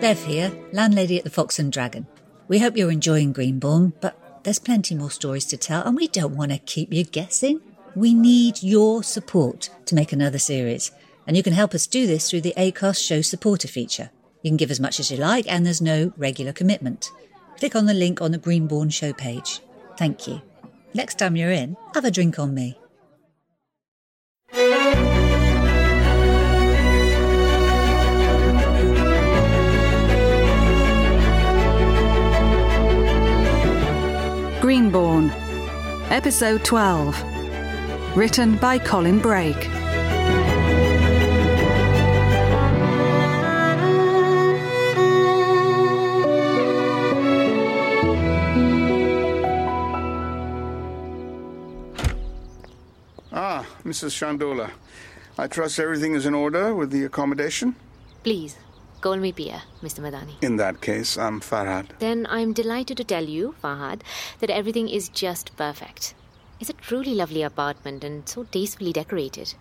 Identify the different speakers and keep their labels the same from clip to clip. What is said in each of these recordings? Speaker 1: Bev here, landlady at the Fox and Dragon. We hope you're enjoying Greenbaum, but there's plenty more stories to tell, and we don't want to keep you guessing. We need your support to make another series, and you can help us do this through the ACAST Show Supporter feature. You can give as much as you like, and there's no regular commitment. Click on the link on the Greenbourne show page. Thank you. Next time you're in, have a drink on me.
Speaker 2: Greenbourne, Episode 12. Written by Colin Brake.
Speaker 3: Ah, Mrs. Shandola. I trust everything is in order with the accommodation?
Speaker 4: Please, call me Pia, Mr. Madani.
Speaker 3: In that case, I'm Farhad.
Speaker 4: Then I'm delighted to tell you, Fahad, that everything is just perfect. It's a truly lovely apartment and so tastefully decorated.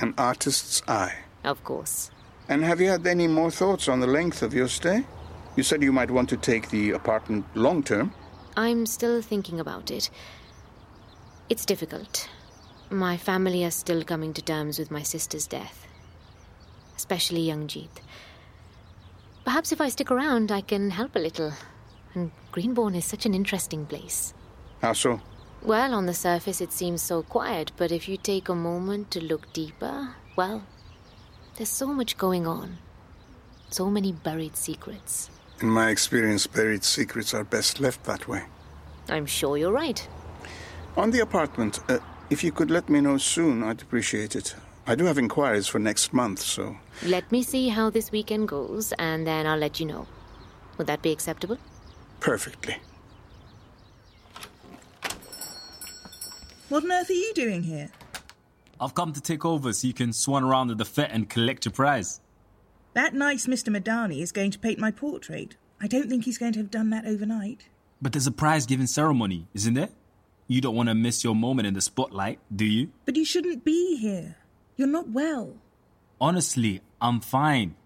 Speaker 3: An artist's eye.
Speaker 4: Of course.
Speaker 3: And have you had any more thoughts on the length of your stay? You said you might want to take the apartment long term.
Speaker 4: I'm still thinking about it. It's difficult. My family are still coming to terms with my sister's death, especially young Jeet. Perhaps if I stick around, I can help a little. And Greenbourne is such an interesting place.
Speaker 3: How so?
Speaker 4: Well, on the surface, it seems so quiet, but if you take a moment to look deeper, well, there's so much going on. So many buried secrets.
Speaker 3: In my experience, buried secrets are best left that way.
Speaker 4: I'm sure you're right.
Speaker 3: On the apartment, uh, if you could let me know soon, I'd appreciate it. I do have inquiries for next month, so.
Speaker 4: Let me see how this weekend goes, and then I'll let you know. Would that be acceptable?
Speaker 3: Perfectly.
Speaker 5: What on earth are you doing here?
Speaker 6: I've come to take over so you can swan around at the fit and collect your prize.
Speaker 5: That nice Mr. Madani is going to paint my portrait. I don't think he's going to have done that overnight.
Speaker 6: But there's a prize giving ceremony, isn't there? You don't want to miss your moment in the spotlight, do you?
Speaker 5: But you shouldn't be here. You're not well.
Speaker 6: Honestly, I'm fine.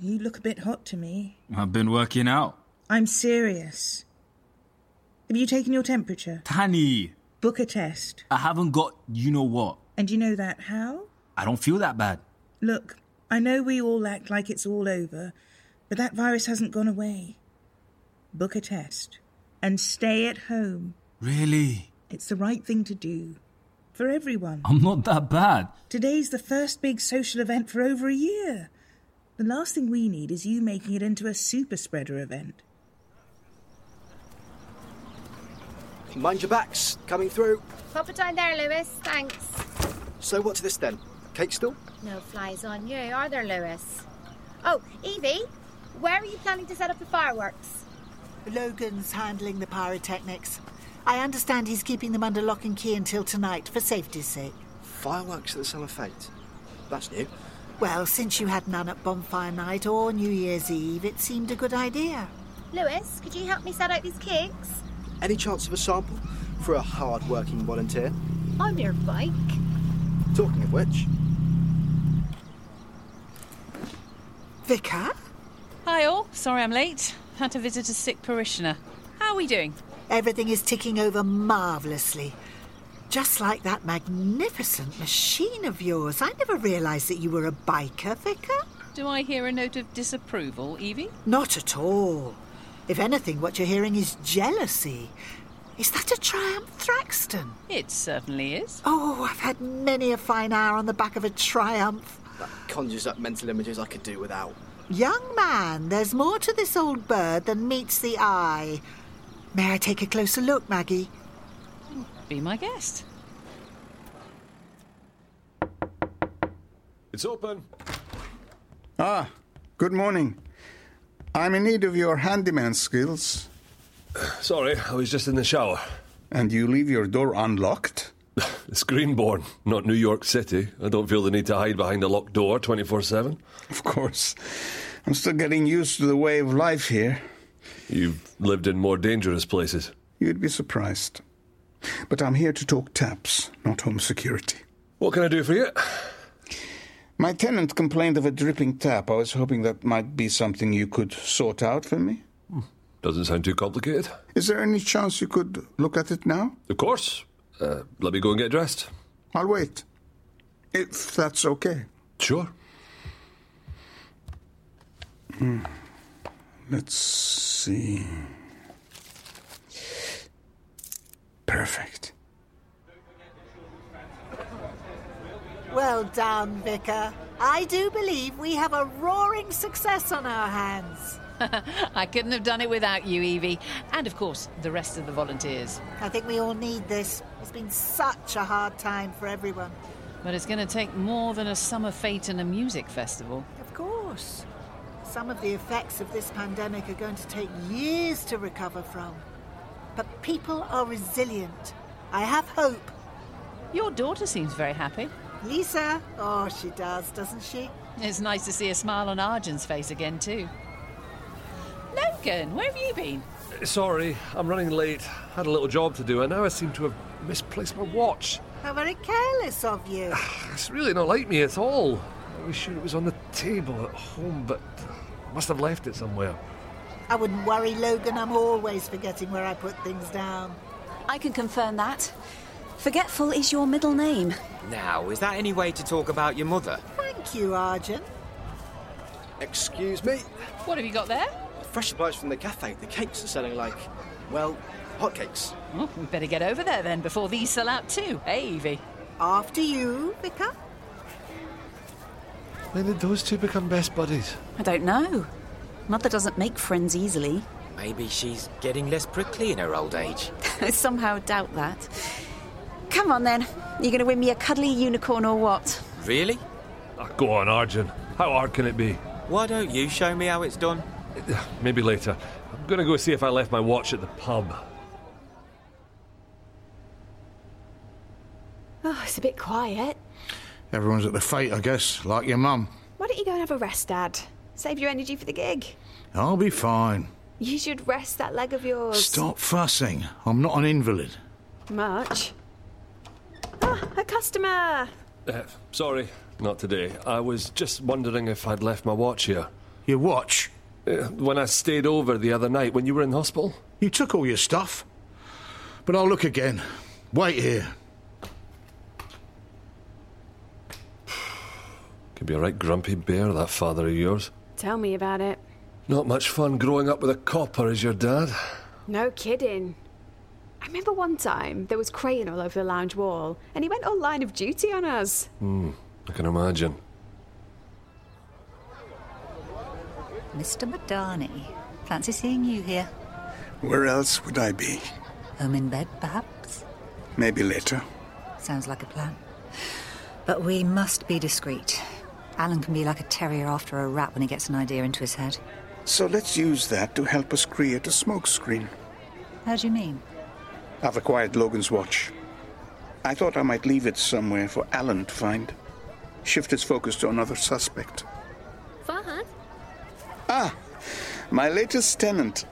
Speaker 5: You look a bit hot to me.
Speaker 6: I've been working out.
Speaker 5: I'm serious. Have you taken your temperature?
Speaker 6: Tani,
Speaker 5: Book a test.
Speaker 6: I haven't got you know what.
Speaker 5: And you know that how?
Speaker 6: I don't feel that bad.
Speaker 5: Look, I know we all act like it's all over, but that virus hasn't gone away. Book a test. And stay at home.
Speaker 6: Really?
Speaker 5: It's the right thing to do. For everyone.
Speaker 6: I'm not that bad.
Speaker 5: Today's the first big social event for over a year. The last thing we need is you making it into a super spreader event.
Speaker 7: Mind your backs, coming through.
Speaker 8: Pop it down there, Lewis. Thanks.
Speaker 7: So what's this then? Cake still?
Speaker 8: No flies on you, are there, Lewis? Oh, Evie, where are you planning to set up the fireworks?
Speaker 9: Logan's handling the pyrotechnics. I understand he's keeping them under lock and key until tonight for safety's sake.
Speaker 7: Fireworks at the summer fete. That's new.
Speaker 9: Well, since you had none at bonfire night or New Year's Eve, it seemed a good idea.
Speaker 8: Lewis, could you help me set out these cakes?
Speaker 7: Any chance of a sample for a hard-working volunteer?
Speaker 8: On your bike?
Speaker 7: Talking of which,
Speaker 9: Vicar?
Speaker 10: Hi all, sorry I'm late. Had to visit a sick parishioner. How are we doing?
Speaker 9: Everything is ticking over marvellously. Just like that magnificent machine of yours. I never realised that you were a biker, Vicar.
Speaker 10: Do I hear a note of disapproval, Evie?
Speaker 9: Not at all. If anything, what you're hearing is jealousy. Is that a Triumph Thraxton?
Speaker 10: It certainly is.
Speaker 9: Oh, I've had many a fine hour on the back of a Triumph.
Speaker 7: that conjures up mental images I could do without.
Speaker 9: Young man, there's more to this old bird than meets the eye. May I take a closer look, Maggie?
Speaker 10: Be my guest.
Speaker 11: It's open.
Speaker 3: Ah, good morning. I'm in need of your handyman skills.
Speaker 11: Sorry, I was just in the shower.
Speaker 3: And you leave your door unlocked?
Speaker 11: It's Greenbourne, not New York City. I don't feel the need to hide behind a locked door 24 7.
Speaker 3: Of course. I'm still getting used to the way of life here.
Speaker 11: You've lived in more dangerous places.
Speaker 3: You'd be surprised. But I'm here to talk taps, not home security.
Speaker 11: What can I do for you?
Speaker 3: My tenant complained of a dripping tap. I was hoping that might be something you could sort out for me.
Speaker 11: Doesn't sound too complicated.
Speaker 3: Is there any chance you could look at it now?
Speaker 11: Of course. Uh, let me go and get dressed.
Speaker 3: I'll wait. If that's okay.
Speaker 11: Sure.
Speaker 3: Hmm. Let's see. Perfect.
Speaker 5: Well done, Vicar. I do believe we have a roaring success on our hands.
Speaker 9: I couldn't have done it without you, Evie, and of course, the rest of the volunteers.
Speaker 5: I think we all need this. It's been such a hard time for everyone.
Speaker 9: But it's going to take more than a summer fete and a music festival.
Speaker 5: Of course. Some of the effects of this pandemic are going to take years to recover from. But people are resilient. I have hope.
Speaker 9: Your daughter seems very happy.
Speaker 5: Lisa, oh, she does, doesn't she?
Speaker 9: It's nice to see a smile on Arjun's face again, too. Logan, where have you been?
Speaker 11: Sorry, I'm running late. Had a little job to do, and now I seem to have misplaced my watch.
Speaker 5: How very careless of you.
Speaker 11: It's really not like me at all. I was sure it was on the table at home, but I must have left it somewhere.
Speaker 5: I wouldn't worry, Logan. I'm always forgetting where I put things down.
Speaker 8: I can confirm that. Forgetful is your middle name.
Speaker 12: Now, is that any way to talk about your mother?
Speaker 5: Thank you, Arjun.
Speaker 7: Excuse me.
Speaker 9: What have you got there?
Speaker 7: Fresh supplies from the cafe. The cakes are selling like, well, hotcakes.
Speaker 9: Oh, we better get over there then before these sell out too, eh, Evie?
Speaker 5: After you, Vicar.
Speaker 11: When did those two become best buddies?
Speaker 8: I don't know. Mother doesn't make friends easily.
Speaker 12: Maybe she's getting less prickly in her old age.
Speaker 8: I somehow doubt that. Come on then. You going to win me a cuddly unicorn or what?
Speaker 12: Really?
Speaker 11: Ah, go on, Arjun. How hard can it be?
Speaker 12: Why don't you show me how it's done?
Speaker 11: Maybe later. I'm going to go see if I left my watch at the pub.
Speaker 13: Oh, it's a bit quiet.
Speaker 14: Everyone's at the fight, I guess, like your mum.
Speaker 13: Why don't you go and have a rest, Dad? Save your energy for the gig.
Speaker 14: I'll be fine.
Speaker 13: You should rest that leg of yours.
Speaker 14: Stop fussing. I'm not an invalid.
Speaker 13: Much. Ah, a customer!
Speaker 11: Uh, sorry, not today. I was just wondering if I'd left my watch here.
Speaker 14: Your watch?
Speaker 11: Uh, when I stayed over the other night when you were in hospital?
Speaker 14: You took all your stuff. But I'll look again. Wait here.
Speaker 11: Could be a right grumpy bear, that father of yours.
Speaker 13: Tell me about it.
Speaker 11: Not much fun growing up with a copper as your dad.
Speaker 13: No kidding. I remember one time there was crayon all over the lounge wall, and he went all line of duty on us.
Speaker 11: Hmm, I can imagine.
Speaker 1: Mr. Madani, fancy seeing you here.
Speaker 3: Where else would I be?
Speaker 1: Home in bed, perhaps?
Speaker 3: Maybe later.
Speaker 1: Sounds like a plan. But we must be discreet. Alan can be like a terrier after a rat when he gets an idea into his head.
Speaker 3: So let's use that to help us create a smokescreen.
Speaker 1: How do you mean?
Speaker 3: I've acquired Logan's watch. I thought I might leave it somewhere for Alan to find. Shift his focus to another suspect.
Speaker 4: Farhad?
Speaker 3: Ah, my latest tenant.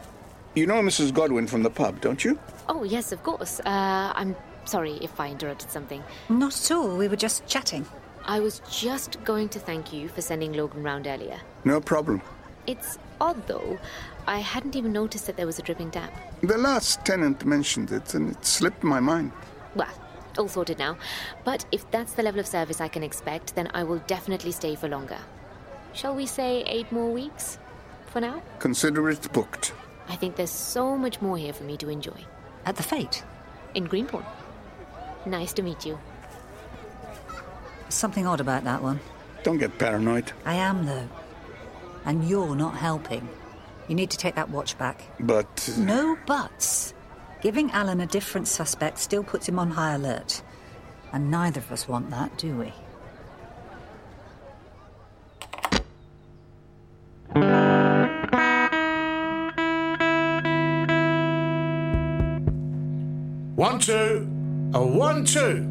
Speaker 3: You know Mrs. Godwin from the pub, don't you?
Speaker 4: Oh, yes, of course. Uh, I'm sorry if I interrupted something.
Speaker 1: Not at all. We were just chatting.
Speaker 4: I was just going to thank you for sending Logan round earlier.
Speaker 3: No problem.
Speaker 4: It's odd, though. I hadn't even noticed that there was a dripping tap.
Speaker 3: The last tenant mentioned it, and it slipped my mind.
Speaker 4: Well, all sorted now. But if that's the level of service I can expect, then I will definitely stay for longer. Shall we say eight more weeks? For now?
Speaker 3: Consider it booked.
Speaker 4: I think there's so much more here for me to enjoy.
Speaker 1: At the Fate?
Speaker 4: In Greenpool. Nice to meet you.
Speaker 1: Something odd about that one.
Speaker 3: Don't get paranoid.
Speaker 1: I am, though. And you're not helping. You need to take that watch back.
Speaker 3: But.
Speaker 1: No buts. Giving Alan a different suspect still puts him on high alert. And neither of us want that, do we?
Speaker 14: One, two. A one, two.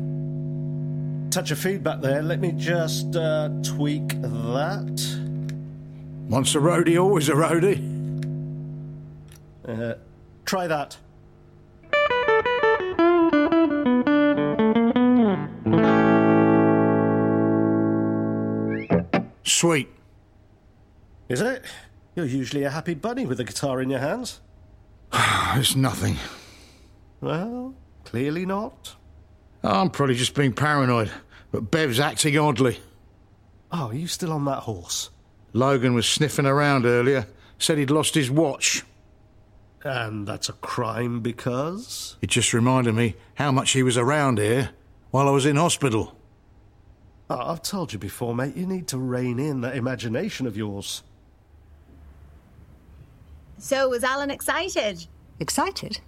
Speaker 15: Touch of feedback there. Let me just uh, tweak that.
Speaker 14: Once a roadie, always a roadie.
Speaker 15: Uh, try that.
Speaker 16: sweet.
Speaker 17: Is it? You're usually a happy bunny with a guitar in your hands.
Speaker 16: it's nothing.
Speaker 17: Well, clearly not.
Speaker 16: I'm probably just being paranoid, but Bev's acting oddly.
Speaker 17: Oh, are you still on that horse?
Speaker 16: Logan was sniffing around earlier, said he'd lost his watch.
Speaker 17: And that's a crime because.
Speaker 16: It just reminded me how much he was around here while I was in hospital.
Speaker 17: Oh, I've told you before, mate, you need to rein in that imagination of yours.
Speaker 8: So was Alan excited?
Speaker 1: Excited?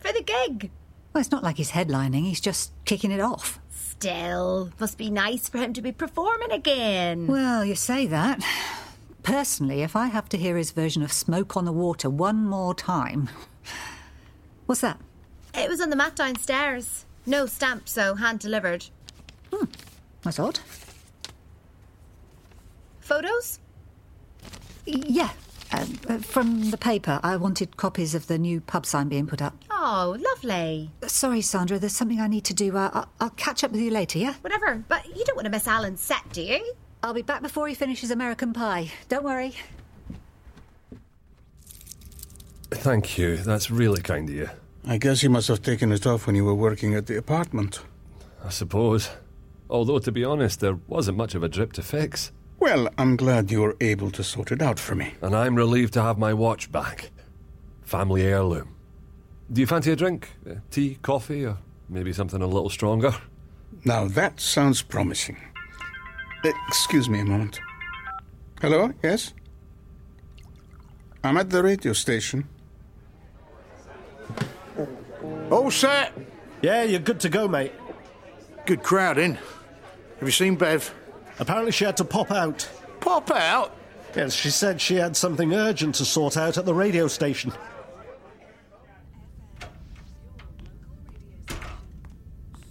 Speaker 8: For the gig?
Speaker 1: Well, it's not like he's headlining, he's just kicking it off.
Speaker 8: Still, must be nice for him to be performing again.
Speaker 1: Well, you say that. Personally, if I have to hear his version of Smoke on the Water one more time. What's that?
Speaker 8: It was on the mat downstairs. No stamp, so hand delivered.
Speaker 1: That's odd.
Speaker 8: Photos?
Speaker 1: Yeah, um, uh, from the paper. I wanted copies of the new pub sign being put up.
Speaker 8: Oh, lovely.
Speaker 1: Sorry, Sandra, there's something I need to do. Uh, I'll, I'll catch up with you later, yeah?
Speaker 8: Whatever, but you don't want to miss Alan's set, do you?
Speaker 1: I'll be back before he finishes American Pie. Don't worry.
Speaker 11: Thank you. That's really kind of you.
Speaker 3: I guess you must have taken it off when you were working at the apartment.
Speaker 11: I suppose. Although, to be honest, there wasn't much of a drip to fix.
Speaker 3: Well, I'm glad you were able to sort it out for me.
Speaker 11: And I'm relieved to have my watch back. Family heirloom. Do you fancy a drink? Uh, Tea, coffee, or maybe something a little stronger?
Speaker 3: Now that sounds promising. Excuse me a moment. Hello, yes? I'm at the radio station.
Speaker 16: All set.
Speaker 17: Yeah, you're good to go, mate.
Speaker 16: Good crowd in. Have you seen Bev?
Speaker 17: Apparently, she had to pop out.
Speaker 16: Pop out?
Speaker 17: Yes, she said she had something urgent to sort out at the radio station.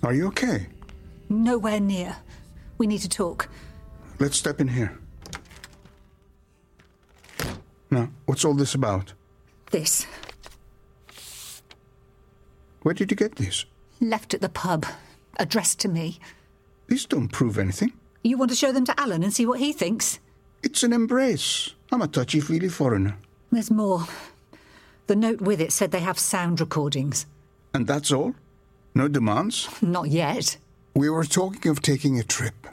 Speaker 3: Are you okay?
Speaker 1: Nowhere near. We need to talk.
Speaker 3: Let's step in here. Now, what's all this about?
Speaker 1: This.
Speaker 3: Where did you get these?
Speaker 1: Left at the pub. Addressed to me.
Speaker 3: These don't prove anything.
Speaker 1: You want to show them to Alan and see what he thinks?
Speaker 3: It's an embrace. I'm a touchy feely foreigner.
Speaker 1: There's more. The note with it said they have sound recordings.
Speaker 3: And that's all? No demands?
Speaker 1: Not yet.
Speaker 3: We were talking of taking a trip.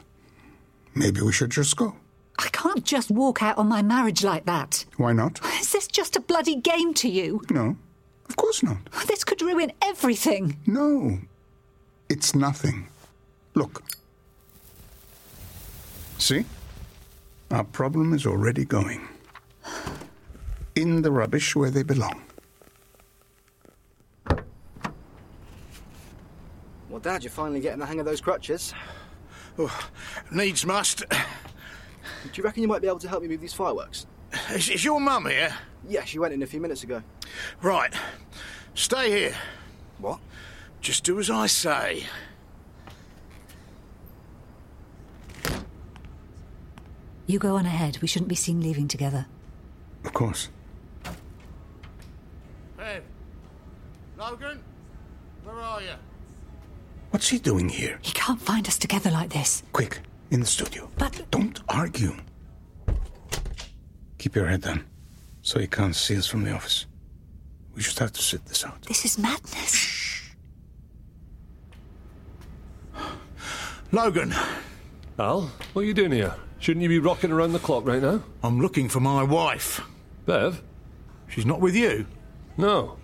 Speaker 3: Maybe we should just go.
Speaker 1: I can't just walk out on my marriage like that.
Speaker 3: Why not?
Speaker 1: Is this just a bloody game to you?
Speaker 3: No, of course not.
Speaker 1: This could ruin everything.
Speaker 3: No, it's nothing. Look. See? Our problem is already going. In the rubbish where they belong.
Speaker 7: Well, Dad, you're finally getting the hang of those crutches.
Speaker 16: Oh, needs must.
Speaker 7: Do you reckon you might be able to help me move these fireworks?
Speaker 16: Is, is your mum here?
Speaker 7: Yeah, she went in a few minutes ago.
Speaker 16: Right. Stay here.
Speaker 7: What?
Speaker 16: Just do as I say.
Speaker 1: You go on ahead. We shouldn't be seen leaving together.
Speaker 3: Of course.
Speaker 16: Hey, Logan, where are you?
Speaker 3: What's he doing here?
Speaker 1: He can't find us together like this.
Speaker 3: Quick, in the studio.
Speaker 1: But
Speaker 3: Don't argue. Keep your head down so he can't see us from the office. We just have to sit this out.
Speaker 1: this is madness.
Speaker 16: Logan,
Speaker 11: Al, what are you doing here? Shouldn't you be rocking around the clock right now?
Speaker 16: I'm looking for my wife.
Speaker 11: Bev?
Speaker 16: She's not with you.
Speaker 11: No.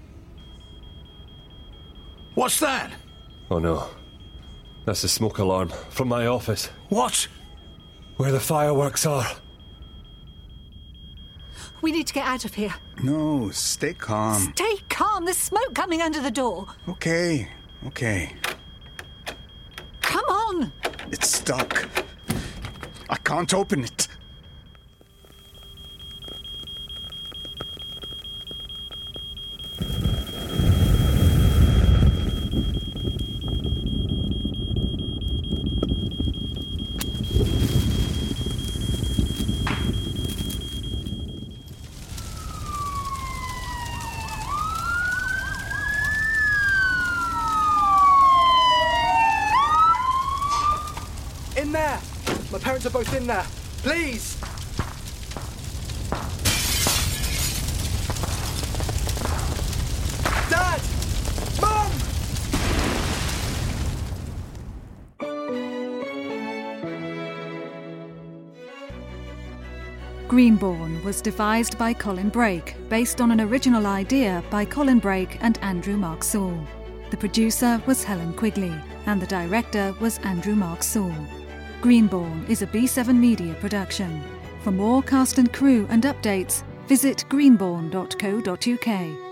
Speaker 16: What's that?
Speaker 11: Oh no. That's the smoke alarm from my office,
Speaker 16: What?
Speaker 11: where the fireworks are.
Speaker 1: We need to get out of here.
Speaker 3: No, stay calm.
Speaker 1: Stay calm. There's smoke coming under the door.
Speaker 3: Okay, okay.
Speaker 1: Come on.
Speaker 3: It's stuck. I can't open it.
Speaker 7: In there! My parents are both in there. Please!
Speaker 1: Greenbourne was devised by Colin Brake, based on an original idea by Colin Brake and Andrew Mark Saul. The producer was Helen Quigley, and the director was Andrew Mark Saul. Greenbourne is a B7 Media production. For more cast and crew and updates, visit greenbourne.co.uk.